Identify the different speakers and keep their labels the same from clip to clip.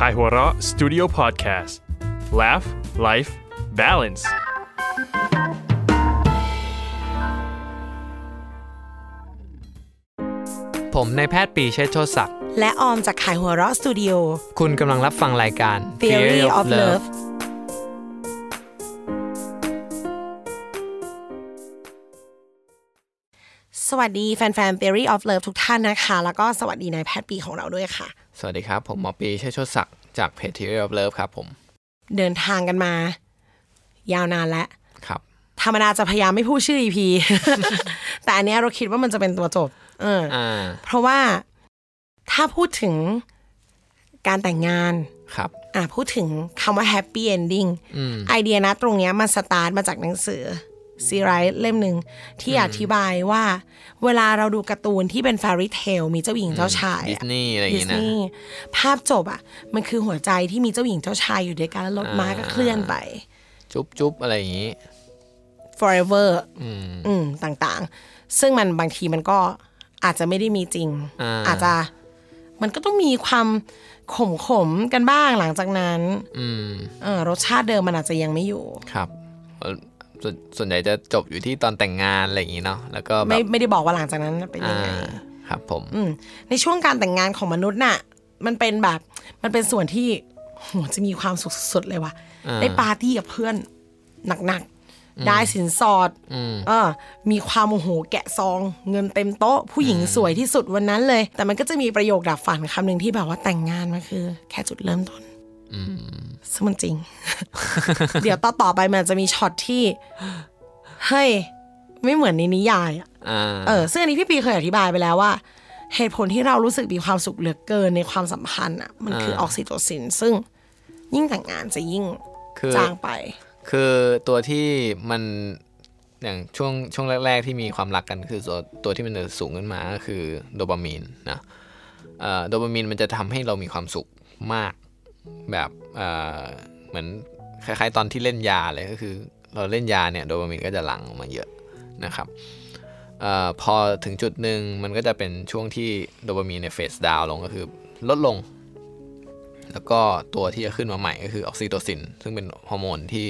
Speaker 1: k a i h u r a Studio Podcast Laugh Life Balance
Speaker 2: ผมนายแพทย์ปรีเชษฐ์โชติศักดิ์
Speaker 3: และออมจากขายหัวเราะสตูดิโอ
Speaker 2: คุณกำลังรับฟังรายการ
Speaker 3: Theory of Love สวัสดีแฟนๆ Theory of Love ทุกท่านนะคะ แล้วก็สวัสดีนายแพทย์ปีของเราด้วยค่ะ
Speaker 2: สวัสดีครับ ผมหมอปรีเชษฐ์โชติศักดิ์จากเพจ Theory of Love ครับผม
Speaker 3: เดินทางกันมา ยาวนานแล้ว
Speaker 2: ครับ
Speaker 3: ธรรมดาจะพยายามไม่พูดชื่อ EP แต่อันเนี้ยเราคิดว่ามันจะเป็นตัวจบ เออ
Speaker 2: อ่า
Speaker 3: เพราะว่าถ้าพูดถึงการแต่งงาน
Speaker 2: ครับ
Speaker 3: อ่ะพูดถึงคำว่า happy ending ไอเดียนะตรงเนี้ยมันสตาร์ทมาจากหนังสือซีไรส์เล่มหนึ่งที่อธิบายว่า เวลาเราดูการ์ตูนที่เป็นฟ r รี t เทลมีเจ้าหญิงเจ้าชาย
Speaker 2: ดิส
Speaker 3: อะ
Speaker 2: นีย์อะไรอย่าง
Speaker 3: ดิ
Speaker 2: งี้
Speaker 3: ส
Speaker 2: นะ
Speaker 3: นีย์ภาพจบอ่ะ มันคือหัวใจที่มีเจ้าหญิงเจ้าชายอยู่ด้วยกันแล้วรถม้าก็เคลื่อนไป
Speaker 2: จุ๊บจุ๊บอะไรอย่างงี้
Speaker 3: forever อืมต่างๆ ซึ่งมันบางทีมันก็อาจจะไม่ได้มีจริง
Speaker 2: อ่า
Speaker 3: อาจจะมันก็ต้องมีความขมขมๆกันบ้างหลังจากนั้น
Speaker 2: อืม
Speaker 3: เออรสชาติเดิมมันอาจจะยังไม่อยู่
Speaker 2: ครับเอ่อส่วนส่วนใหญ่จะจบอยู่ที่ตอนแต่งงานอะไรอย่างงี้เนาะแล้วก็แบ
Speaker 3: ไม่
Speaker 2: บ
Speaker 3: ไม่ได้บอกว่าหลังจากนั้นเป็นยั
Speaker 2: อ่าง
Speaker 3: ไง
Speaker 2: ครับผม
Speaker 3: อืมในช่วงการแต่งงานของมนุษย์น่ะ มันเป็นแบบมันเป็นส่วนที่โหจะมีความสุขสุดๆเลยว่ะ
Speaker 2: อ่า
Speaker 3: ได้ปาร์ตี้กับเพื่อนหนักๆ ได้สินสอดเออ มีความโมโหแกะซอง เงินเต็มโต๊ะ ผู้หญิงสวยที่สุดวันนั้นเลย แต่มันก็จะมีประโยคดับฝันคำหนึ่งที่แบบว่าแต่งงานมันคือ แค่จุดเริ่มต้นซึ่งมันจริง เดี๋ยวต่อต่อๆไปมันจะมีช็อตที่เฮ้ยไม่เหมือนในนิยายอะ
Speaker 2: อ่า
Speaker 3: เออซึ่งอันนี้พี่ปีเคยอธิบายไปแล้วว่า เหตุผลที่เรารู้สึกมีความสุขเหลือเกินในความสัมพันธ์อ่ะมันคือออกซิโตซิน ซึ่งยิ่งแต่างงานจะยิ่ง
Speaker 2: คือ
Speaker 3: จางไป
Speaker 2: คือตัวที่มันอย่างช่วงช่วงแรก ๆ ที่มีความรักกันคือตัวตัวที่มันจะสูงขึ้นมาก็คือโดปามีนนะเอ่อโดปามีนมันจะทำให้เรามีความสุขมากแบบเอ่อเหมือนคล้ายๆตอนที่เล่นยาเลยก็คือ เราเล่นยาเนี่ยโดปามีนก็จะหลั่งออกมาเยอะนะครับเอ่อพอถึงจุดหนึ่งมันก็จะเป็นช่วงที่โดปามีนเนี่ยเฟสดาวลงก็คือลดลง แล้วก็ตัวที่จะขึ้นมาใหม่ก็คือออกซิโตซิน ซึ่งเป็นฮอร์โมนที่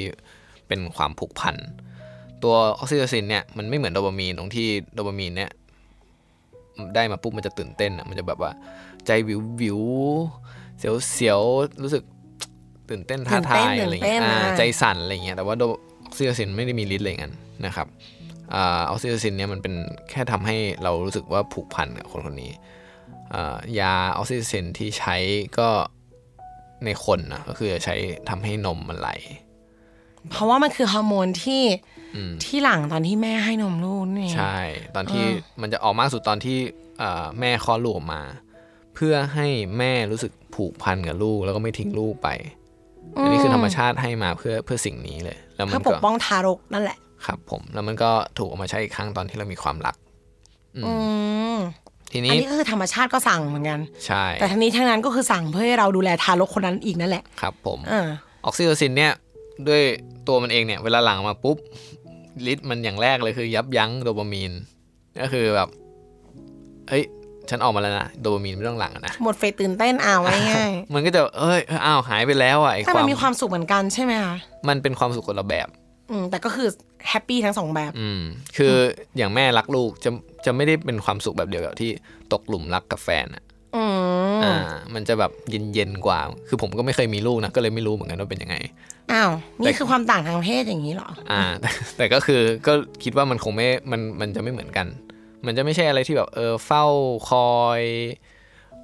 Speaker 2: เป็นความผูกพัน ตัวออกซิโตซินเนี่ยมันไม่เหมือนโดปามีนตรงที่โดปามีนเนี่ยได้มาปุ๊บมันจะตื่นเต้นอ่ะมันจะแบบว่าใจวิววิวเสียวเสียวๆรู้สึกตื่นเต้นท้าทาย
Speaker 3: ตื่นเต้น
Speaker 2: อะไรอย่างเงี้ย
Speaker 3: ตื่นเต้น
Speaker 2: อ่า
Speaker 3: อ่ะ
Speaker 2: ใจสั่นอะไรอย่างเงี้ยแต่ว่าโดออกซิโตซินไม่ได้มีฤทธิ์อะไรอย่างนั้นนะครับอาออกซิโตซินเนี่ยมันเป็นแค่ทำให้เรารู้สึกว่าผูกพันกับคนคนนี้อ่ายาออกซิโตซินที่ใช้ก็ ในคนนะก็คือใช้ทำให้นมมันไหล
Speaker 3: เพราะว่ามันคือฮอร์โมนที่ที่หลังตอนที่แม่ให้นมลูกนี่เอง
Speaker 2: ใช่ ตอนที่มันจะออกมากสุดตอนที่เอ่อแม่คลอดลูกออกมา เพื่อให้แม่รู้สึกผูกพันกับลูกแล้วก็ไม่ทิ้งลูกไป อันนี้คือธรรมชาติให้มาเพื่อเพื่อสิ่งนี้เลย แล้วมั
Speaker 3: เพื่อน ป
Speaker 2: ก็
Speaker 3: กป้องทารกนั่นแหละ
Speaker 2: ครับผม แล้วมันก็ถูกเอามาใช้อีกครั้งตอนที่เรามีความรัก
Speaker 3: อืม
Speaker 2: ที
Speaker 3: อัน
Speaker 2: นี้
Speaker 3: นี้ก็คือธรรมชาติก็สั่งเหมือนกัน
Speaker 2: ใช่
Speaker 3: แต่ทั้งนี้ทั้งนั้นก็คือสั่งเพื่อให้เราดูแลทารกคนนั้นอีกนั่นแหละ
Speaker 2: ครับผม
Speaker 3: เออ
Speaker 2: ออกซิโตซินเนี่ยด้วยตัวมันเองเนี่ย เวลาหลั่งออกมาปุ๊บฤทธิ์มันอย่างแรกเลยคือ ยับยั้งโดปามีน ก็คือแบบเฮ้ย ฉันออกมาแล้วนะ โดปามีนไม่ต้องหลั่งอะนะ
Speaker 3: หมดเฟสตื่นเต้นอ่าวไว้ง่าย
Speaker 2: มันก็จะเอ้ยเอ้ยอ้าวหายไปแล้วอ่ะไอ้
Speaker 3: แต่
Speaker 2: ค
Speaker 3: มัน
Speaker 2: วาม
Speaker 3: มีความสุขเหมือนกันใช่ไหมคะ
Speaker 2: มันเป็นความสุขคนละแบบ
Speaker 3: อืมแต่ก็คือแฮปปี้ทั้งสองแบบ
Speaker 2: อืม คืออย่างแม่รักลูกจะจะไม่ได้เป็นความสุขแบบเดียวกับที่ตกหลุมรักกับแฟนอ่ะ
Speaker 3: อืม
Speaker 2: อ่า มันจะแบบเย็นเย็นๆกว่า คือผมก็ไม่เคยมีลูกนะก็เลยไม่รู้เหมือนกันว่าเป็นยังไง
Speaker 3: อ้าวนี่คือความต่างทางเพศอย่างนี้เหรอ
Speaker 2: อ่าแต่ แต่ก็คือก็คิดว่ามันคงไม่ มันมันจะไม่เหมือนกัน มันจะไม่ใช่อะไรที่แบบเออเฝ้าคอย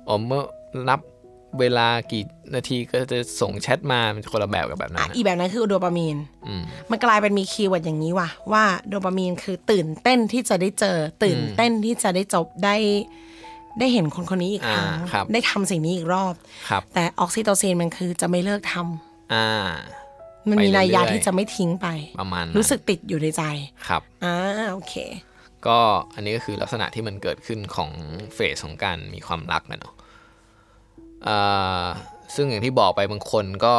Speaker 2: อ๋อเมื่อรับเวลากี่นาทีก็จะส่งแชทมามันคนละแบบกับแบบนั้
Speaker 3: อ่ะ
Speaker 2: นอะ
Speaker 3: อีแบบนั้นคือโดปามีน
Speaker 2: อืม
Speaker 3: มันกลายเป็นมีคีย์เวิร์ดอย่างนี้ว่ะว่าโดปามีนคือตื่นเต้นที่จะได้เจอ ตื่นเต้นที่จะได้จบได้ ได้เห็นคนคนนี้อีกครั้ง
Speaker 2: อ่าครับ
Speaker 3: ได้ทำสิ่งนี้อีกรอบ
Speaker 2: ครับ
Speaker 3: แต่ออกซิโตซินมันคือจะไม่เลิกทำ
Speaker 2: อ่า
Speaker 3: มันมี
Speaker 2: ไปเรื่
Speaker 3: นั
Speaker 2: อย ยๆ
Speaker 3: ยะที่จะไม่ทิ้งไป
Speaker 2: ประมาณนั้น
Speaker 3: รู้สึกติดอยู่ในใจ
Speaker 2: ครับ
Speaker 3: อ่าโอเค
Speaker 2: ก็อันนี้ก็คือลักษณะที่มันเกิดขึ้นของเฟสของการมีความรักนะเนาะเอ่อซึ่งอย่างที่บอกไปบางคนก็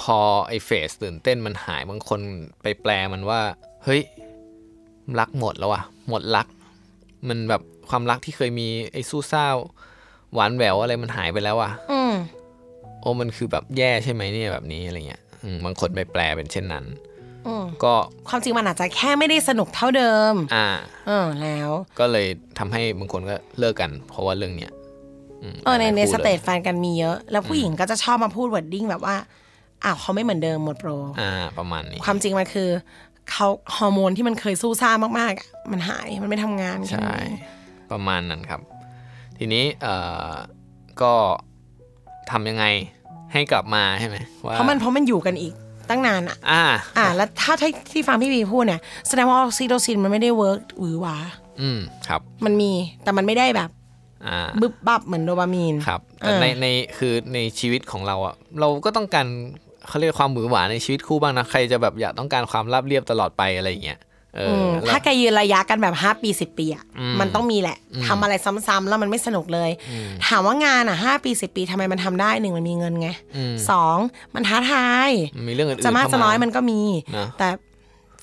Speaker 2: พอไอ้เฟสตื่นเต้นมันหายบางคนไปแปลมันว่า เฮ้ย รักหมดแล้วอะหมดรัก มันแบบความรักที่เคยมีไอ้สู้ซ่าหวานแหววอะไรมันหายไปแล้วอะ
Speaker 3: อืม
Speaker 2: โอ้มันคือแบบแย่ใช่ไหมเนี่ยแบบนี้อะไรเงี้ยอืมบางคนไปแปลเป็นเช่นนั้น
Speaker 3: อืม
Speaker 2: ก็
Speaker 3: ความจริงมันอาจจะแค่ไม่ได้สนุกเท่าเดิม
Speaker 2: อ่า
Speaker 3: เออแล้ว
Speaker 2: ก็เลยทำให้บางคนก็เลิกกัน เพราะว่าเรื่องเนี้ยม
Speaker 3: เออใน
Speaker 2: หลาย
Speaker 3: ใน
Speaker 2: คู่
Speaker 3: สเตจ
Speaker 2: ลย
Speaker 3: แฟนกันมีเยอะ แล้วผู้หญิงก็จะชอบมาพูดวอร์ดิ้งแบบว่าอ้าวเขาไม่เหมือนเดิมหมดโปร
Speaker 2: อ่าประมาณนี้
Speaker 3: ความจริงมันคือเขาฮอร์โมนที่มันเคยสู้ซ่ามากๆอะมันหายมันไม่ทำงาน
Speaker 2: ใช่
Speaker 3: แค่นี้
Speaker 2: ประมาณนั้นครับ ทีนี้เอ่อก็ทำยังไงให้กลับมาใช่ไหมว่า
Speaker 3: เพราะมันเพราะมันอยู่กันอีกตั้งนานอะ
Speaker 2: อ่า
Speaker 3: อ่ะแล้วถ้าที่ที่ฟังพี่บีพูดเนี่ยแสดงว่าออกซิโตซินมันไม่ได้เวิร์กหวือหวา
Speaker 2: อืมครับ
Speaker 3: มันมีแต่มันไม่ได้แบบ
Speaker 2: อ่า
Speaker 3: บึบบับเหมือนโดปามีน
Speaker 2: ครับแต่
Speaker 3: อ่า
Speaker 2: ในในคือในชีวิตของเราอะเราก็ต้องการเขาเรียกความหวือหวาในชีวิตคู่บ้างนะใครจะแบบอยากต้องการความราบเรียบตลอดไปอะไรอย่างเงี้ยเออ
Speaker 3: ม
Speaker 2: แล้ว
Speaker 3: ถ้าแกยืนระยะกันแบบ 5 ปี 10 ปีอ่ะมันต้องมีแหละทำอะไรซ้ำๆแล้วมันไม่สนุกเลย ถามว่างานอ่ะ 5 ปี 10 ปีทำไมมันทำได้หนึ่งมันมีเงินไงสองมันท้าทาย
Speaker 2: มันมีเรื่องอื่นๆ
Speaker 3: จะมาก
Speaker 2: เข้ามา
Speaker 3: จะน้อยมันก็มี
Speaker 2: นะ
Speaker 3: แต่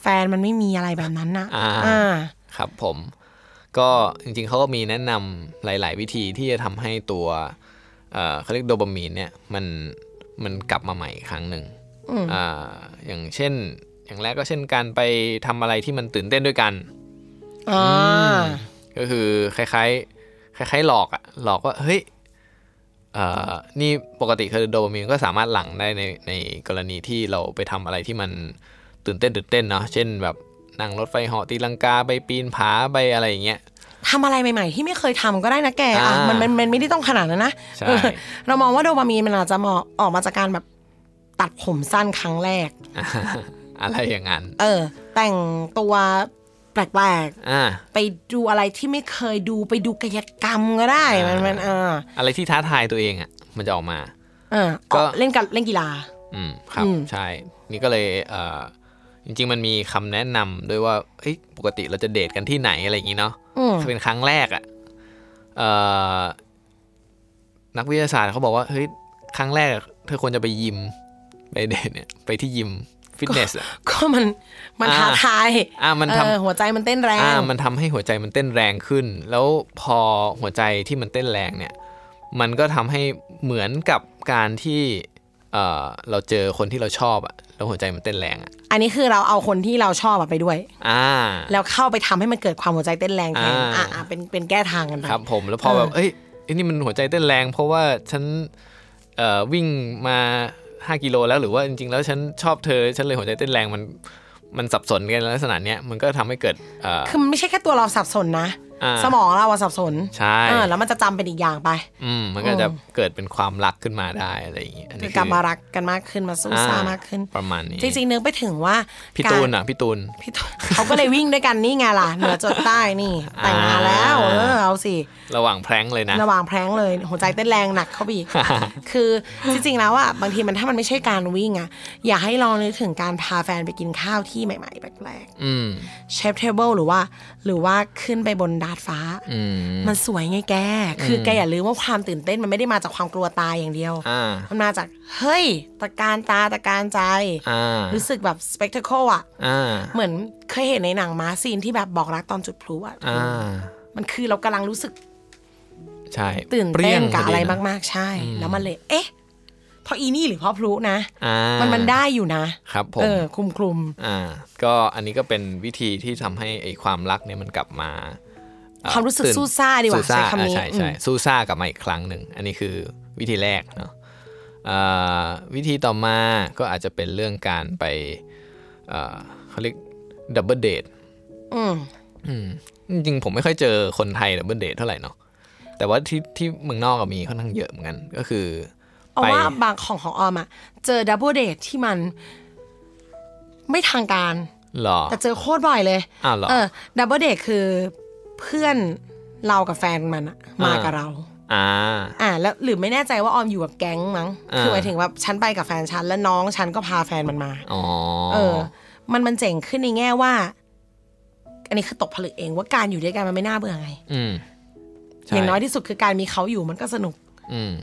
Speaker 3: แฟนมันไม่มีอะไรแบบนั้นนะ
Speaker 2: อ่า
Speaker 3: อ่า
Speaker 2: ครับผมก็จริงๆเขาก็มีแนะนำหลาย ๆ วิธีที่จะทำให้ตัวเอ่อเขาเรียกโดปามีนเนี่ยมันมันกลับมาใหม่อีกครั้งหนึ่งอ่าอย่างเช่น อย่างแรกก็เช่นการไปทำอะไรที่มันตื่นเต้นด้วยกัน
Speaker 3: อ่า
Speaker 2: ก็คือคล้ายๆ คล้าย ๆ หลอกอะหลอกว่าเฮ้ยเอ่อนี่ปกติคือโดปามีนก็สามารถหลั่งได้ในในกรณีที่เราไปทำอะไรที่มันตื่นเต้นตื่นเต้นเนาะเช่นแบบนั่งรถไฟเหาะตีลังกาไปปีนผาไปอะไรอย่างเงี้ย
Speaker 3: ทำอะไรใหม่ ๆ ที่ไม่เคยทำก็ได้นะแกอ่ะ
Speaker 2: อ่ามั
Speaker 3: มันมันมันไม่ได้ต้องขนาดนั้นนะ
Speaker 2: ใช่
Speaker 3: เออเรามองว่าโดปามีนมันอาจจะเหมาะออกมาจากการแบบตัดผมสั้นครั้งแรก
Speaker 2: อะไรอย่างนั้น
Speaker 3: เออ แต่งตัวแปลกๆ
Speaker 2: อ่า
Speaker 3: ไปดูอะไรที่ไม่เคยดูไปดูกายกรรมก็ได้
Speaker 2: อ่ามั
Speaker 3: มันมันเออ
Speaker 2: อะไรที่ท้าทายตัวเองอะ่ะ มันจะออกมา
Speaker 3: เออ
Speaker 2: ก็
Speaker 3: เล่นกับเล่นกีฬา
Speaker 2: อืม ครับ ใช่ นี่ก็เลยเอ่อจริง ๆ มันมีคำแนะนำด้วยว่าเอ้ยปกติเราจะเดทกันที่ไหนอะไรอย่างนี้เนาะ
Speaker 3: อืม
Speaker 2: เป็นครั้งแรกอะ่ะเอ่อนักวิทยาศาสตร์เขาบอกว่าเฮ้ยครั้งแรกอะเธอควรจะไปยิมไปเดทเนี่ยไปที่ยิมฟิตเนสอ่ะ
Speaker 3: ก็มันมัน
Speaker 2: อ่า
Speaker 3: ท้าทาย
Speaker 2: อ่ามันทำ
Speaker 3: เออหัวใจมันเต้นแรง
Speaker 2: อ่ามันทำให้หัวใจมันเต้นแรงขึ้น แล้วพอหัวใจที่มันเต้นแรงเนี่ย มันก็ทำให้เหมือนกับการที่เอ่อเราเจอคนที่เราชอบอะแล้วหัวใจมันเต้นแรงอะ
Speaker 3: อันนี้คือเราเอาคนที่เราชอบอะไปด้วย
Speaker 2: อ่า
Speaker 3: แล้วเข้าไปทำให้มันเกิดความหัวใจเต้นแรงแทน
Speaker 2: อ่า
Speaker 3: อ่าเป็นเป็นแก้ทางกันไป
Speaker 2: ครับผมแล้วพอแบบเอ้ยไอ้นี่มันหัวใจเต้นแรง เพราะว่าฉันเอ่อวิ่งมา 5 กิโลแล้วหรือว่าจริงๆ แล้วฉันชอบเธอฉันเลยหัวใจเต้นแรงมันมันสับสนกันลักษณะเนี้ยมันก็ทำให้เกิดเอ่อ
Speaker 3: คือมันไม่ใช่แค่ตัวเราสับสนนะ
Speaker 2: อ่า
Speaker 3: สมองเราอะสับสน
Speaker 2: ใช่
Speaker 3: เออแล้วมันจะจำเป็นอีกอย่างไป
Speaker 2: อืมมันก็จะเกิดเป็นความรักขึ้นมาได้อะไรอย่างเงี้ยอันนี้
Speaker 3: กลับ
Speaker 2: คือ
Speaker 3: มารักกันมากขึ้นมาสู้
Speaker 2: อ่า
Speaker 3: ซ่ามากขึ้น
Speaker 2: ประมาณนี้
Speaker 3: จริงๆนึกไปถึงว่า
Speaker 2: พี่
Speaker 3: การ
Speaker 2: ตูนอ่ะพี่ตูน
Speaker 3: พี่ตูน เขาก็เลยวิ่งด้วยกันนี่ไงล่ะ เหนือจดใต้นี่ แต่งงานแล้วเออเอาสิ
Speaker 2: ระหว่างแพร้งเลยนะ
Speaker 3: ระหว่างแพร้งเลยหัวใจเต้นแรงหนักเข้าไปอี ก คือจริงๆแล้วอ่ะบางทีมันถ้ามันไม่ใช่การวิ่งอ่ะอยากให้ลองนึกถึงการพาแฟนไปกินข้าวที่ใหม่ๆ แปลก
Speaker 2: อืม
Speaker 3: ๆเชฟเทเบิลหรือว่า หรือว่าขึ้นไปบนดาดฟ้า
Speaker 2: อืม
Speaker 3: มันสวยไงแก คือแกอย่าลืมว่าความตื่นเต้นมันไม่ได้มาจากความกลัวตายอย่างเดียว
Speaker 2: อ่า
Speaker 3: มันมาจากเฮ้ยตะการตาตะการใจ
Speaker 2: อ่า
Speaker 3: รู้สึกแบบสเปกเทเคิลอ่ะ
Speaker 2: อ่า
Speaker 3: เหมือนเคยเห็นในหนังม้าซีนที่แบบบอกรักตอนจุดพลุอะ
Speaker 2: อ่า
Speaker 3: มันคือเรากำลังรู้สึก
Speaker 2: ใช่
Speaker 3: ตื่น
Speaker 2: ปรี้
Speaker 3: เต้
Speaker 2: ย
Speaker 3: น
Speaker 2: ง
Speaker 3: กับอะไร
Speaker 2: พดีน
Speaker 3: มากๆใช่ แล้วมันเลย เอ๊ะเพราะอีนี่หรือเพราะพลุนะ
Speaker 2: อ่า
Speaker 3: มั
Speaker 2: มัน
Speaker 3: มันได้อยู่นะครับ
Speaker 2: ผม
Speaker 3: เออคลุมคลุม
Speaker 2: อ่า ก็อันนี้ก็เป็นวิธีที่ทำให้ไอ้ความรักเนี่ยมันกลับมา
Speaker 3: ๆความรู้สึก
Speaker 2: ตื่น
Speaker 3: สู้ซ่าดีกว่า
Speaker 2: สู้ซ่
Speaker 3: ใช้คำนี้
Speaker 2: อ่าใช่
Speaker 3: อื
Speaker 2: ใช่
Speaker 3: ม
Speaker 2: สู้ซ่ากลับมาอีกครั้งหนึ่ง อันนี้คือวิธีแรกเนาะอ่าวิธีต่อมาก็อาจจะเป็นเรื่องการไปเอ่อเขาเรียกดับเบิลเดท
Speaker 3: อืม
Speaker 2: อืมจริงๆผมไม่ค่อยเจอคนไทยดับเบิลเดทเท่าไหร่เนาะแต่ว่าที่ที่เมืองนอกอะมีค่อนข้างเยอะเหมือนกันก็คือ
Speaker 3: เอา
Speaker 2: ไป
Speaker 3: ว่าบางของของออมอะเจอดับเบิลเดทที่มัน ไม่ทางการ
Speaker 2: หรอ
Speaker 3: แต่เจอโคตรบ่อยเลย
Speaker 2: อ้าวเหรอ
Speaker 3: เออดับเบิลเดทคือเพื่อน เรากับแฟนมันอะมากับเรา
Speaker 2: อ่า
Speaker 3: อ่าแล้วหรือไม่แน่ใจว่าออมอยู่กับแก๊งมั้ง
Speaker 2: อ่า
Speaker 3: คือหมายถึงแบบฉันไปกับแฟนฉันแล้วน้องฉันก็พาแฟนมันมา
Speaker 2: อ๋อ
Speaker 3: เออ มันมันเจ๋งขึ้นในแง่ว่า อันนี้คือตกผลึกเองว่าการอยู่ด้วยกันมันไม่น่าเบื่อไง
Speaker 2: อืมใช่
Speaker 3: อย่างน้อยที่สุดคือการมีเขาอยู่มันก็สนุก
Speaker 2: อืม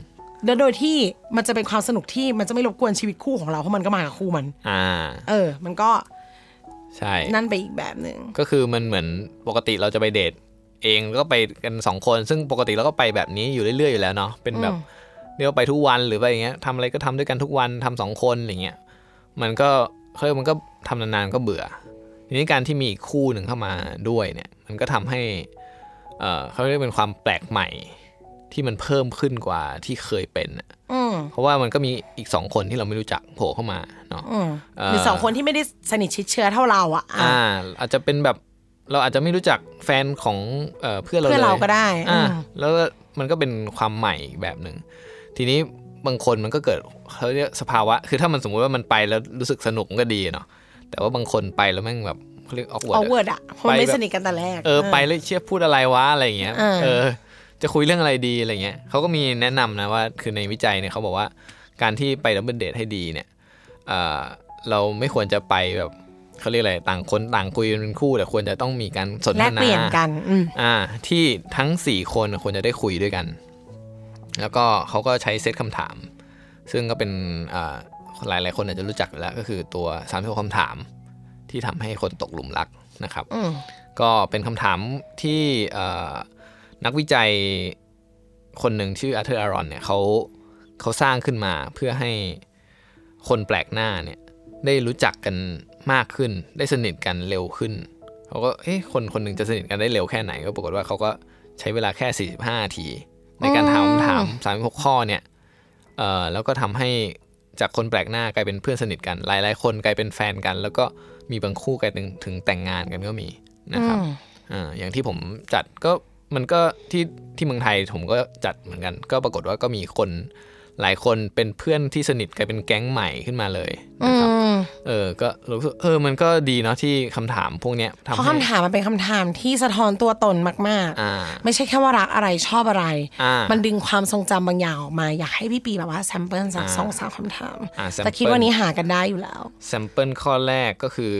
Speaker 3: แล้วโดยที่มันจะเป็นความสนุกที่มันจะไม่รบกวนชีวิตคู่ของเราเพราะมันก็มากับคู่มัน
Speaker 2: อ่า
Speaker 3: เออ มันก็
Speaker 2: ใช่
Speaker 3: นั่นไปอีกแบบหนึ่ง
Speaker 2: ก็คือมันเหมือนปกติเราจะไปเดทเองแล้วก็ไปกันสองคน ซึ่งปกติเราก็ไปแบบนี้อยู่เรื่อยๆอยู่แล้วเนาะเป็นแบบเรียกว่าไปทุกวันหรือไปอย่างเงี้ยทำอะไรก็ทำด้วยกันทุกวันทำสองคนอย่างเงี้ยมันก็เคยกมันก็ทำนานๆก็เบื่อ ทีนี้การที่มีอีกคู่หนึ่งเข้ามาด้วยเนี่ย มันก็ทำให้เอ่อเขาเรียกเป็นความแปลกใหม่ที่มันเพิ่มขึ้นกว่าที่เคยเป็นน่ะ
Speaker 3: อืม
Speaker 2: เพราะว่ามันก็มีอีกสองคนที่เราไม่รู้จักโผล่เข้ามาเนาะ
Speaker 3: อืม
Speaker 2: เอ่อ
Speaker 3: หรือสองคนที่ไม่ได้สนิทชิดเชื้อเท่าเราอะอ่ะ
Speaker 2: อ่าอาจจะเป็นแบบเราอาจจะไม่รู้จักแฟนของเอ่อเพื่อนเรา
Speaker 3: เพื่อนเรา
Speaker 2: ลย
Speaker 3: ก็ได้
Speaker 2: อ่า
Speaker 3: อืม
Speaker 2: แล้วก็มันก็เป็นความใหม่อีกแบบหนึ่งทีนี้บางคนมันก็เกิดเขาเรียกสภาวะ คือถ้ามันสมมุติว่ามันไปแล้วรู้สึกสนุกมันก็ดีเนาะแต่ว่าบางคนไปแล้วแม่งแบบเขาเรียกออกว
Speaker 3: เอาเวิ
Speaker 2: ร์ด
Speaker 3: ร์ดอะเพราะมัน
Speaker 2: ไปแบบ
Speaker 3: ไม่สนิทกันแต่แรก
Speaker 2: เออไปแล้วเชี่ยพูดอะไรวะอะไรอย่างเงี้ย
Speaker 3: เออ
Speaker 2: เออ จะคุยเรื่องอะไรดีอะไรเงี้ยเขาก็มีแนะนำนะว่าคือในวิจัยเนี่ยเขาบอกว่าการที่ไปดับเบิลเดทให้ดีเนี่ยเอ่อเราไม่ควรจะไปแบบเขาเรียกอะไรต่างคนต่างคุยกันเป็นคู่แต่ควรจะต้องมีการสนท
Speaker 3: แล
Speaker 2: นาก
Speaker 3: เปลี่ยนกันอืม
Speaker 2: อ่าที่ทั้งสี่คนควรจะได้คุยด้วยกัน แล้วก็เขาก็ใช้เซตคำถาม ซึ่งก็เป็นอ่าหลายๆคนอาจจะรู้จักอยู่แล้วก็คือตัว36คำถามที่ทำให้คนตกหลุมรักนะครับ
Speaker 3: อืม
Speaker 2: ก็เป็นคำถามที่เอ่อนักวิจัยคนหนึ่งชื่ออาร์เธอร์อารอนเนี่ยเขาเขาสร้างขึ้นมาเพื่อให้คนแปลกหน้าเนี่ยได้รู้จักกันมากขึ้น ได้สนิทกันเร็วขึ้นเขาก็เอ๊ะคนคนหนึ่งจะสนิทกันได้เร็วแค่ไหน ก็ปรากฏว่าเขาก็ใช้เวลาแค่ 45นาที ในการถามคำถาม 36 ข้อเนี่ยเอ่อแล้วก็ทำให้จากคนแปลกหน้ากลายเป็นเพื่อนสนิทกันหลายๆ คนกลายเป็นแฟนกัน แล้วก็มีบางคู่กลายเป็นถึงแต่งงานกันก็มีนะครับ อ่าอย่างที่ผมจัดก็มันก็ที่ที่เมืองไทยผมก็จัดเหมือนกัน ก็ปรากฏว่าก็มีคนหลายคนเป็นเพื่อนที่สนิทกลายเป็นแก๊งใหม่ขึ้นมาเลย
Speaker 3: อื
Speaker 2: นะครับ
Speaker 3: ม
Speaker 2: เออก็รู้สึกเออมันก็ดีเนาะที่คำถามพวกเนี้ย
Speaker 3: เพ
Speaker 2: ทำ
Speaker 3: ราะ
Speaker 2: ให้
Speaker 3: คำถามมันเป็นคำถามที่สะท้อนตัวตนมาก
Speaker 2: อ่า
Speaker 3: ๆ ไม่ใช่แค่ว่ารักอะไรชอบอะไร
Speaker 2: อ่า
Speaker 3: มันดึงความทรงจำบางอย่างออกมา อยากให้พี่ปีแบบว่าแซมเปิลสัก
Speaker 2: อ่า
Speaker 3: สองสามคำถาม
Speaker 2: อ่า sample
Speaker 3: แต่คิดว่านี้หากันได้อยู่แล้ว
Speaker 2: แซมเปิลข้อแรกก็คือ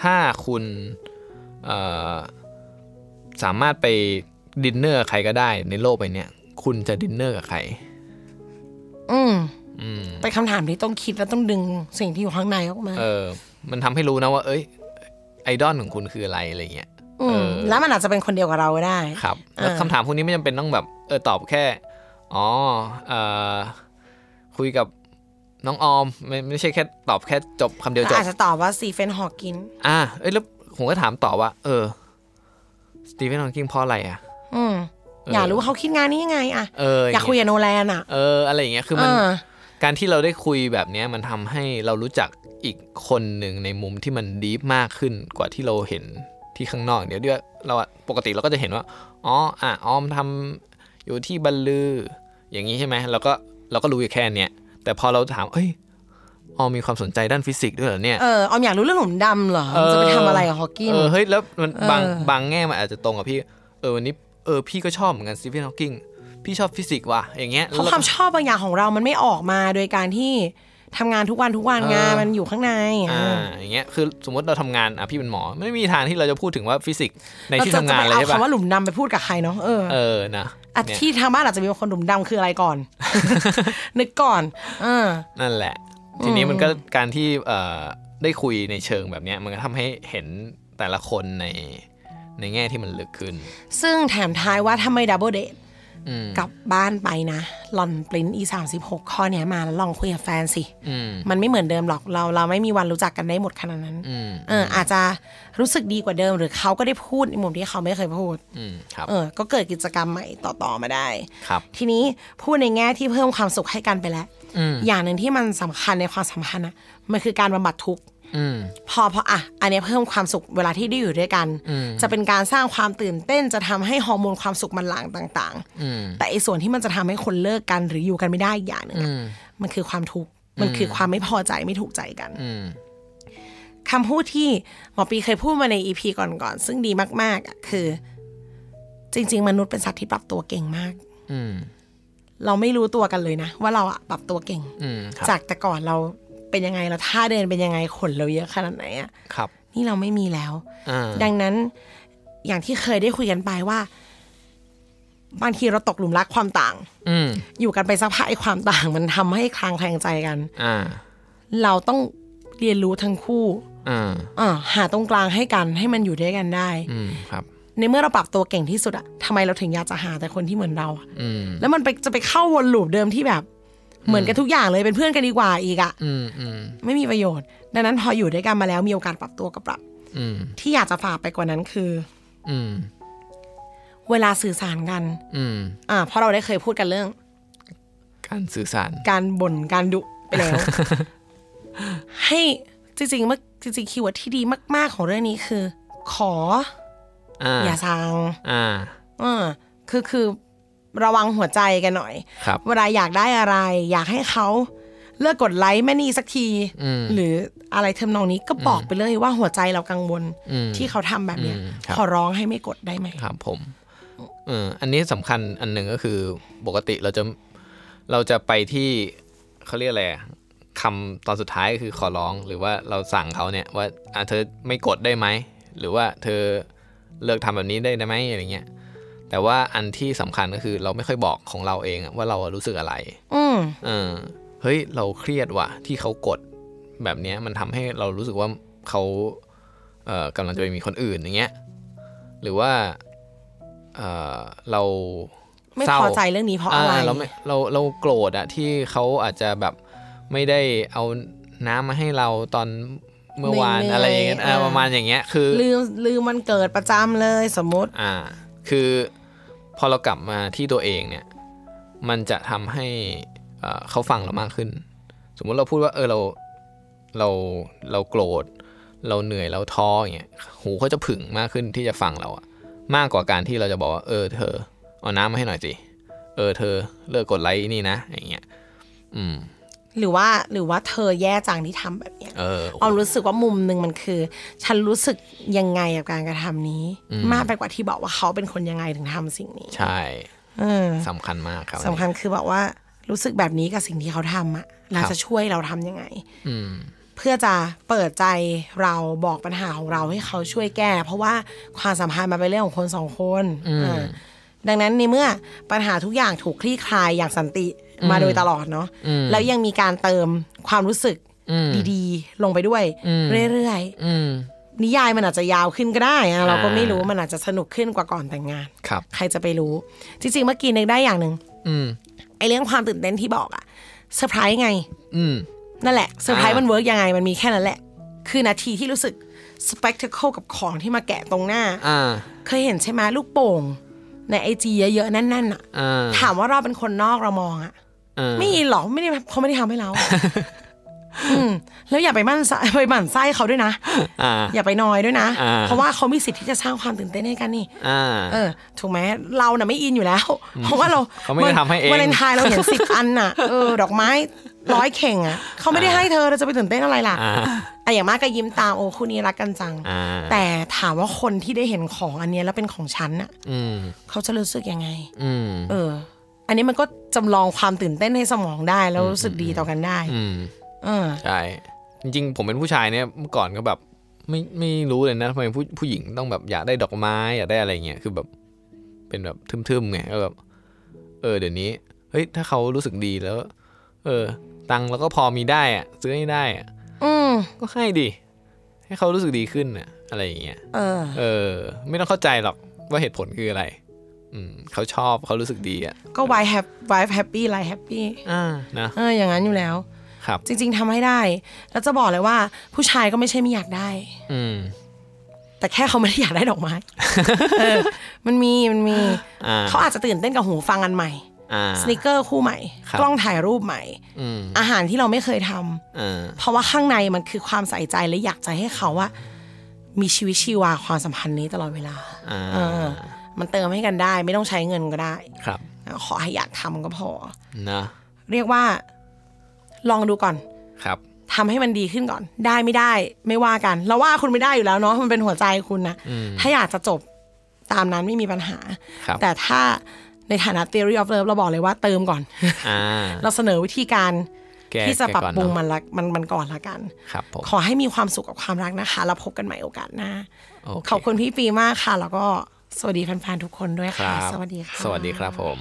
Speaker 2: ถ้าคุณเอ่อสามารถไปดินเนอร์ใครก็ได้ในโลกใบเนี้ยคุณจะดินเนอร์กับใคร
Speaker 3: อืม
Speaker 2: อืม
Speaker 3: เป็นคำถามที่ต้องคิดและต้องดึงสิ่งที่อยู่ข้างในออกมา
Speaker 2: เออ มันทำให้รู้นะว่า เอ้ย ไอดอลของคุณคืออะไรอะไรเงี้ย
Speaker 3: ืมแล้วมันอาจจะเป็นคนเดียวกับเราก็ได้
Speaker 2: ครับ แล้ว
Speaker 3: อ่า
Speaker 2: คำถามพวกนี้ไม่จำเป็นต้องแบบ เออ ตอบแค่ อ๋อ เออคุยกับน้องออม ไม่ไม่ใช่แค่ตอบแค่จบคำเดียวจ
Speaker 3: เรา
Speaker 2: บ
Speaker 3: อาจจะตอบว่าซีเฟนฮอว์กิน
Speaker 2: อ่า เอ้ย แล้วผมก็ถามต่อว่า เออ สตีเฟนฮอว์กิงเพราะอะไรอ่ะ
Speaker 3: อืม
Speaker 2: เอออ
Speaker 3: อยากรู้ว่าเขาคิดงานนี้ยังไงอะ
Speaker 2: เออ
Speaker 3: อยากคุย
Speaker 2: งเงี้
Speaker 3: กับโนแลนอะ
Speaker 2: เออ อะไรอย่างเงี้ย คือมัน
Speaker 3: เออ
Speaker 2: การที่เราได้คุยแบบเนี้ยมันทำให้เรารู้จักอีกคนหนึ่งในมุมที่มันดีฟมากขึ้นกว่าที่เราเห็นที่ข้างนอก เดี๋ยวเดี๋ยวเราอะปกติเราก็จะเห็นว่าอ๋ออ่ะออมทำอยู่ที่บัลลือ อย่างนี้ใช่ไหมเราก็เราก็รู้อยู่แค่เนี้ยแต่พอเราถามเอ้ยออมมีความสนใจด้านฟิสิกส์ด้วยเหรอเนี่ย
Speaker 3: เออออมอยากรู้เรื่องหลุมดำเหรอ
Speaker 2: เออ
Speaker 3: จะไปทำอะไรกับฮอกกิน
Speaker 2: เออเฮ้ยแล้วมันบาง
Speaker 3: เออ
Speaker 2: บางแง่มันอาจจะตรงกับพี่ เออวันนี้เออพี่ก็ชอบเหมือนกันสตีเฟนฮอว์กิงพี่ชอบฟิสิกส์ว่ะอย่างเงี้ย
Speaker 3: เพราะความชอบบางอย่างของเรามันไม่ออกมาโดยการที่ทำงานทุกวันทุกวันไงานมันอยู่ข้างใน
Speaker 2: อ่าอย่างเงี้ยคือสมมติเราทำงานอ่ะพี่เป็นหมอ ไม่มีทางที่เราจะพูดถึงว่าฟิสิกส์ใน
Speaker 3: เรา
Speaker 2: ที่
Speaker 3: จะ
Speaker 2: ทำ
Speaker 3: จะ
Speaker 2: งาน
Speaker 3: ไป
Speaker 2: เลย
Speaker 3: เอา
Speaker 2: ใช่ปะ
Speaker 3: คำว่าหลุมดำไปพูดกับใครเนาะเออ
Speaker 2: เออ นะ
Speaker 3: อ่ะ
Speaker 2: เนี่ย
Speaker 3: ที่ทางบ้านอาจจะมีคนหลุมดำคืออะไร ก่อน นึกก่อนเออ
Speaker 2: นั่นแหละ ทีนี้มันก็การที่เอ่อได้คุยในเชิงแบบเนี้ย มันก็ทำให้เห็นแต่ละคนในในแง่ที่มันลึกขึ้น
Speaker 3: ซึ่งแถมท้ายว่าถ้าไม่ดับเบิลเดท
Speaker 2: อืม
Speaker 3: กลับบ้านไปนะลอนปริ้นอีสามสิบหกข้อเนี้ยมาแล้วลองคุยกับแฟนสิ
Speaker 2: อืม
Speaker 3: มันไม่เหมือนเดิมหรอกเราเราไม่มีวันรู้จักกันได้หมดขนาดนั้น
Speaker 2: อืม
Speaker 3: เอออาจจะรู้สึกดีกว่าเดิมหรือเขาก็ได้พูดในมุมที่เขาไม่เคยพูด
Speaker 2: อืม ครับ
Speaker 3: เออ ก็เกิดกิจกรรมใหม่ต่อ ๆ มาได้
Speaker 2: ครับ
Speaker 3: ทีนี้พูดในแง่ที่เพิ่มความสุขให้กันไปแล้ว อย่างหนึ่งที่มันสำคัญในความสัมพันธ์อะมันคือการบำบัดทุกข์
Speaker 2: อืม
Speaker 3: พอพออ่ะ อันเนี้ยเพิ่มความสุขเวลาที่ได้อยู่ด้วยกัน จะเป็นการสร้างความตื่นเต้นจะทำให้ฮอร์โมนความสุขมันหลั่งต่างๆ แต่ไอ้ส่วนที่มันจะทำให้คนเลิกกันหรืออยู่กันไม่ได้อีกอย่างหนึ่งอะมันคือความทุกข์มันคือความไม่พอใจไม่ถูกใจกันคำพูดที่หมอปีเคยพูดมาในอีพีก่อนๆซึ่งดีมากๆอะคือ จริง ๆ มนุษย์เป็นสัตว์ที่ปรับตัวเก่งมาก
Speaker 2: อืม
Speaker 3: เราไม่รู้ตัวกันเลยนะ ว่าเราอะปรับตัวเก่ง
Speaker 2: อืมครับ
Speaker 3: จากแต่ก่อนเราเป็นยังไงเราท่าเดินเป็นยังไงขนเราเยอะขนาดไหนอะ
Speaker 2: ครับ
Speaker 3: นี่เราไม่มีแล้ว
Speaker 2: อ่า
Speaker 3: ดังนั้นอย่างที่เคยได้คุยกันไปว่า บางทีเราตกหลุมรักความต่าง
Speaker 2: อืม
Speaker 3: อยู่กันไปสักพักไอ้ความต่างมันทำให้คลางแคลงใจกัน
Speaker 2: อ่า
Speaker 3: เราต้องเรียนรู้ทั้งคู่
Speaker 2: อ่า
Speaker 3: อ่าหาตรงกลางให้กันให้มันอยู่ด้วยกันได้
Speaker 2: อืมครับ
Speaker 3: ในเมื่อเราปรับตัวเก่งที่สุดอะทำไมเราถึงอยากจะหาแต่คนที่เหมือนเราอะ
Speaker 2: อืม
Speaker 3: แล้วมันไปจะไปเข้าวนลูปเดิมที่แบบ เหมือนกันทุกอย่างเลยเป็นเพื่อนกันดีกว่าอีกอะ
Speaker 2: อืมอืม
Speaker 3: ไม่มีประโยชน์ ดังนั้นพออยู่ด้วยกันมาแล้วมีโอกาสปรับตัวกับปรับ
Speaker 2: อืม
Speaker 3: ที่อยากจะฝากไปกว่านั้นคือ
Speaker 2: อืม
Speaker 3: เวลาสื่อสารกัน
Speaker 2: อืม
Speaker 3: อ่าเพราะเราได้เคยพูดกันเรื่อง
Speaker 2: การสื่อสาร
Speaker 3: การบ่นการดุไป แล้ว ให้จริงๆเมื่อจริงๆคีย์เวิร์ดที่ดีมาก ๆ ของเรื่องนี้คือ ขอ
Speaker 2: อ่า
Speaker 3: อย่าสั่ง
Speaker 2: อ่า
Speaker 3: เออคือคือระวังหัวใจกันหน่อย
Speaker 2: ครับ
Speaker 3: เวลาอยากได้อะไร อยากให้เขาเลิกกดไลค์แม่นี่สักที
Speaker 2: อืม
Speaker 3: หรืออะไรเทำนองนี้ก็บอกไปเลยว่าหัวใจเรากังวล
Speaker 2: อืม
Speaker 3: ที่เขาทำแบบเนี้ย
Speaker 2: อืมครับ
Speaker 3: ขอร้องให้ไม่กดได้ไหม
Speaker 2: ครับผมเอออันนี้สำคัญอันหนึ่งก็คือปกติเราจะเราจะไปที่เขาเรียกอะไรอะคำตอนสุดท้ายก็คือขอร้องหรือว่าเราสั่งเขาเนี่ยว่าอ่ะเธอไม่กดได้ไหม หรือว่าเธอเลิกทำแบบนี้ได้ไหมอะไรเงี้ยแต่ว่าอันที่สำคัญก็คือเราไม่ค่อยบอกของเราเองอะว่าเรารู้สึกอะไร
Speaker 3: อืม
Speaker 2: เออเฮ้ยเราเครียดว่ะที่เขากดแบบเนี้ยมันทำให้เรารู้สึกว่าเขาเอ่อกำลังจะไปมีคนอื่นอย่างเงี้ยหรือว่าเออเรา
Speaker 3: ไม่
Speaker 2: เศร้า
Speaker 3: พอใจเรื่องนี้เพราะ
Speaker 2: อ่า
Speaker 3: อะไร
Speaker 2: เราไม่เราเราโกรธอะที่เขาอาจจะแบบไม่ได้เอาน้ำมาให้เราตอนเมื่อวานอะไรอย่างเงี้ยอ่าประมาณอย่างเงี้ยคือ
Speaker 3: ลืมลืมวันเกิดประจำเลยสมมติ
Speaker 2: อ่า คือพอเรากลับมาที่ตัวเองเนี่ย มันจะทำให้เอ่อเขาฟังเรามากขึ้น สมมุติเราพูดว่า เออเรา เรา เราโกรธ เราเหนื่อย เราท้ออย่างเงี้ย หูเขาจะผึ่งมากขึ้นที่จะฟังเราอะมากกว่าการที่เราจะบอกว่า เออ เธอ เอาน้ำมาให้หน่อยสิ เออ เธอ เลิกกดไลค์นี่นะ อย่างเงี้ย อืม
Speaker 3: หรือว่าหรือว่าเธอแย่จังที่ทำแบบเนี้ย
Speaker 2: เออ
Speaker 3: ออมรู้สึกว่ามุมหนึ่งมันคือ ฉันรู้สึกยังไงกับการกระทำนี้ มากไปกว่าที่บอกว่าเขาเป็นคนยังไงถึงทำสิ่งนี้
Speaker 2: ใช่
Speaker 3: เออ
Speaker 2: สำคัญมากครับ
Speaker 3: สำคัญคือบอกว่ารู้สึกแบบนี้กับสิ่งที่เขาทำอะเราจะช่วยเราทำยังไง
Speaker 2: อืม
Speaker 3: เพื่อจะเปิดใจเราบอกปัญหาของเราให้เขาช่วยแก้ เพราะว่าความสัมพันธ์มันเป็นเรื่องของคนสองคนอ่าดังนั้นในเมื่อปัญหาทุกอย่างถูกคลี่คลายอย่างสันติมาโดยตลอดเนาะแล้วยังมีการเติมความรู้สึกดีๆ ลงไปด้วย เรื่อย
Speaker 2: อืม
Speaker 3: ๆ นิยายมันอาจจะยาวขึ้นก็ได้นะเราก็ไม่รู้มันอาจจะสนุกขึ้นกว่าก่อนแต่งงาน
Speaker 2: ครับ
Speaker 3: ใครจะไปรู้ จริงๆเมื่อกี้นึกได้อย่างหนึ่ง
Speaker 2: อืม
Speaker 3: ไอ้เรื่องความตื่นเต้นที่บอกอะเซอร์ไพรส์ไง
Speaker 2: อืม
Speaker 3: นั่นแหละเซอร์ไพรส์
Speaker 2: อ่ามั
Speaker 3: มันเวิร์กยังไง มันมีแค่นั้นแหละ คือนาทีที่รู้สึกสเปกเทเคิลกับของที่มาแกะตรงหน้า
Speaker 2: อ่า
Speaker 3: เคยเห็นใช่ไหมลูกโป่ง ในไอจีเยอะๆแน่นๆอ่ะ
Speaker 2: อ่า
Speaker 3: ถามว่าเราเป็นคนนอกเรามองอ่ะ
Speaker 2: อ่า
Speaker 3: ไม่อินหรอกไม่ได้เขาไม่ได้ทำให้เรา อืมแล้วอย่าไปมั่นไส้ไปหมั่นไส้เขาด้วยนะ
Speaker 2: อ่า
Speaker 3: อย่าไปนอยด้วยนะ
Speaker 2: อ่า
Speaker 3: เพราะว่าเขามีสิทธิ์ที่จะสร้างความตื่นเต้นให้กันนี่
Speaker 2: อ่า
Speaker 3: เออถูกไหมเราน่ะไม่อินอยู่แล้ว เพราะว่าเรา
Speaker 2: เขาไม่ได้ทำให้เอง
Speaker 3: วาเลนไทน์เราเห็นสิบอันน่ะเออดอกไม้ร้อยเข่งอ่ะเขาไม่ได้ให้เธอเราจะไปตื่นเต้นอะไรล่ะ
Speaker 2: อ่า
Speaker 3: อ่ะอย่างมากก็ยิ้มตามโอ้คู่นี้รักกันจัง
Speaker 2: อ่า
Speaker 3: แต่ถามว่าคนที่ได้เห็นของอันเนี้ยแล้วเป็นของฉันน่ะ
Speaker 2: อืม
Speaker 3: เขาจะรู้สึกยังไง
Speaker 2: อืม
Speaker 3: เออ อันนี้มันก็จำลองความตื่นเต้นให้สมองได้แล้วรู้สึกดีต่อกันได้
Speaker 2: อืม
Speaker 3: เออ
Speaker 2: ใช่ จริงๆ ผมเป็นผู้ชายเนี่ย เมื่อก่อนก็แบบ ไม่ ไม่รู้เลยนะทำไมผู้ ผู้หญิงต้องแบบอยากได้ดอกไม้ อยากได้อะไรเงี้ย คือแบบ เป็นแบบทึมๆไงก็แบบ เออ เดี๋ยวนี้ เฮ้ย ถ้าเขารู้สึกดีแล้ว เออ ตังค์เราก็พอมีได้อะซื้อให้ได้อะ
Speaker 3: อืม
Speaker 2: ก็ให้ดิ ให้เขารู้สึกดีขึ้นอะอะไรอย่างเงี้ย
Speaker 3: เออ
Speaker 2: เออ ไม่ต้องเข้าใจหรอกว่าเหตุผลคืออะไร อืม เขาชอบ เขารู้สึกดีอะ
Speaker 3: ก็วายแฮปวายแฮปปี้ไลฟ์แฮปปี้
Speaker 2: อ่า นะ
Speaker 3: เอออย่างนั้นอยู่แล้ว
Speaker 2: ครับ
Speaker 3: จริง ๆทำให้ได้ แล้วจะบอกเลยว่าผู้ชายก็ไม่ใช่ไม่อยากได้
Speaker 2: อืม
Speaker 3: แต่แค่เขาไม่ได้อยากได้ดอกไม้ เออมันมี มันมี
Speaker 2: อ่า
Speaker 3: เขาอาจจะตื่นเต้นกับหูฟังอันใหม่
Speaker 2: อ่า
Speaker 3: สนิเกอร์คู่ใหม่
Speaker 2: ครับ
Speaker 3: กล้องถ่ายรูปใหม่
Speaker 2: อืม
Speaker 3: อาหารที่เราไม่เคยทำ
Speaker 2: อ่า
Speaker 3: เพราะว่าข้างในมันคือความใส่ใจและอยากจะให้เขาว่า มีชีวิตชีวาความสัมพันธ์นี้ตลอดเวลา
Speaker 2: อ่า
Speaker 3: เออ มันเติมให้กันได้ ไม่ต้องใช้เงินก็ได้
Speaker 2: ครับ
Speaker 3: ขอให้อยากทำก็พอ
Speaker 2: นะ
Speaker 3: เรียกว่า ลองดูก่อน
Speaker 2: ครับ
Speaker 3: ทำให้มันดีขึ้นก่อน ได้ไม่ได้ ไม่ว่ากัน เราว่าคุณไม่ได้อยู่แล้วเนาะมันเป็นหัวใจคุณนะถ้าอยากจะจบ ตามนั้นไม่มีปัญหา
Speaker 2: ครับ
Speaker 3: แต่ถ้าในฐานะ theory of love เราบอกเลยว่าเติมก่อน
Speaker 2: อ่า
Speaker 3: เราเสนอวิธีการ
Speaker 2: แก้
Speaker 3: ที่จะปรับ
Speaker 2: แก้ก่อ
Speaker 3: ปรุง
Speaker 2: เอะ
Speaker 3: มันละมันมันก่อนละกัน
Speaker 2: ครับผม
Speaker 3: ขอให้มีความสุขกับความรักนะคะ แล้วพบกันใหม่โอกาสหน้า
Speaker 2: โเ
Speaker 3: ขอบคุณพี่ปีมากค่ะ แล้วก็สวัสดีแฟนๆทุกคนด้วย
Speaker 2: ค
Speaker 3: ค่ะ
Speaker 2: รับ
Speaker 3: สวัสดีค่ะ
Speaker 2: สวัสดีครับผม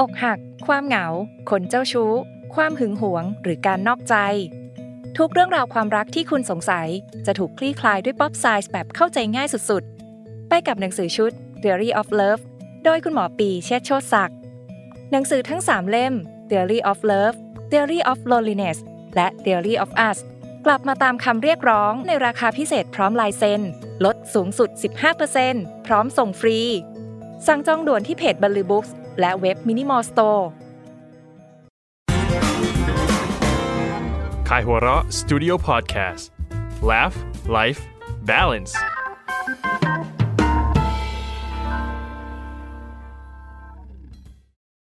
Speaker 4: อกหัก ความเหงา คนเจ้าชู้ ความหึงหวง หรือการนอกใจ ทุกเรื่องราวความรักที่คุณสงสัย จะถูกคลี่คลายด้วยป๊อปไซส์แบบเข้าใจง่ายสุดๆ ไปกับหนังสือชุด Theory of Love โดยคุณหมอปีเชษฐ์โชติศักดิ์ หนังสือทั้ง 3 เล่ม Theory of Love Theory of Loneliness และ Theory of Us กลับมาตามคำเรียกร้องในราคาพิเศษพร้อมลายเซ็นลดสูงสุด 15%พร้อมส่งฟรี สั่งจองด่วนที่เพจบัลลือบุ๊กและเว็บมินิมอลสโตร์
Speaker 1: Kaihura Studio Podcast Laugh Life Balance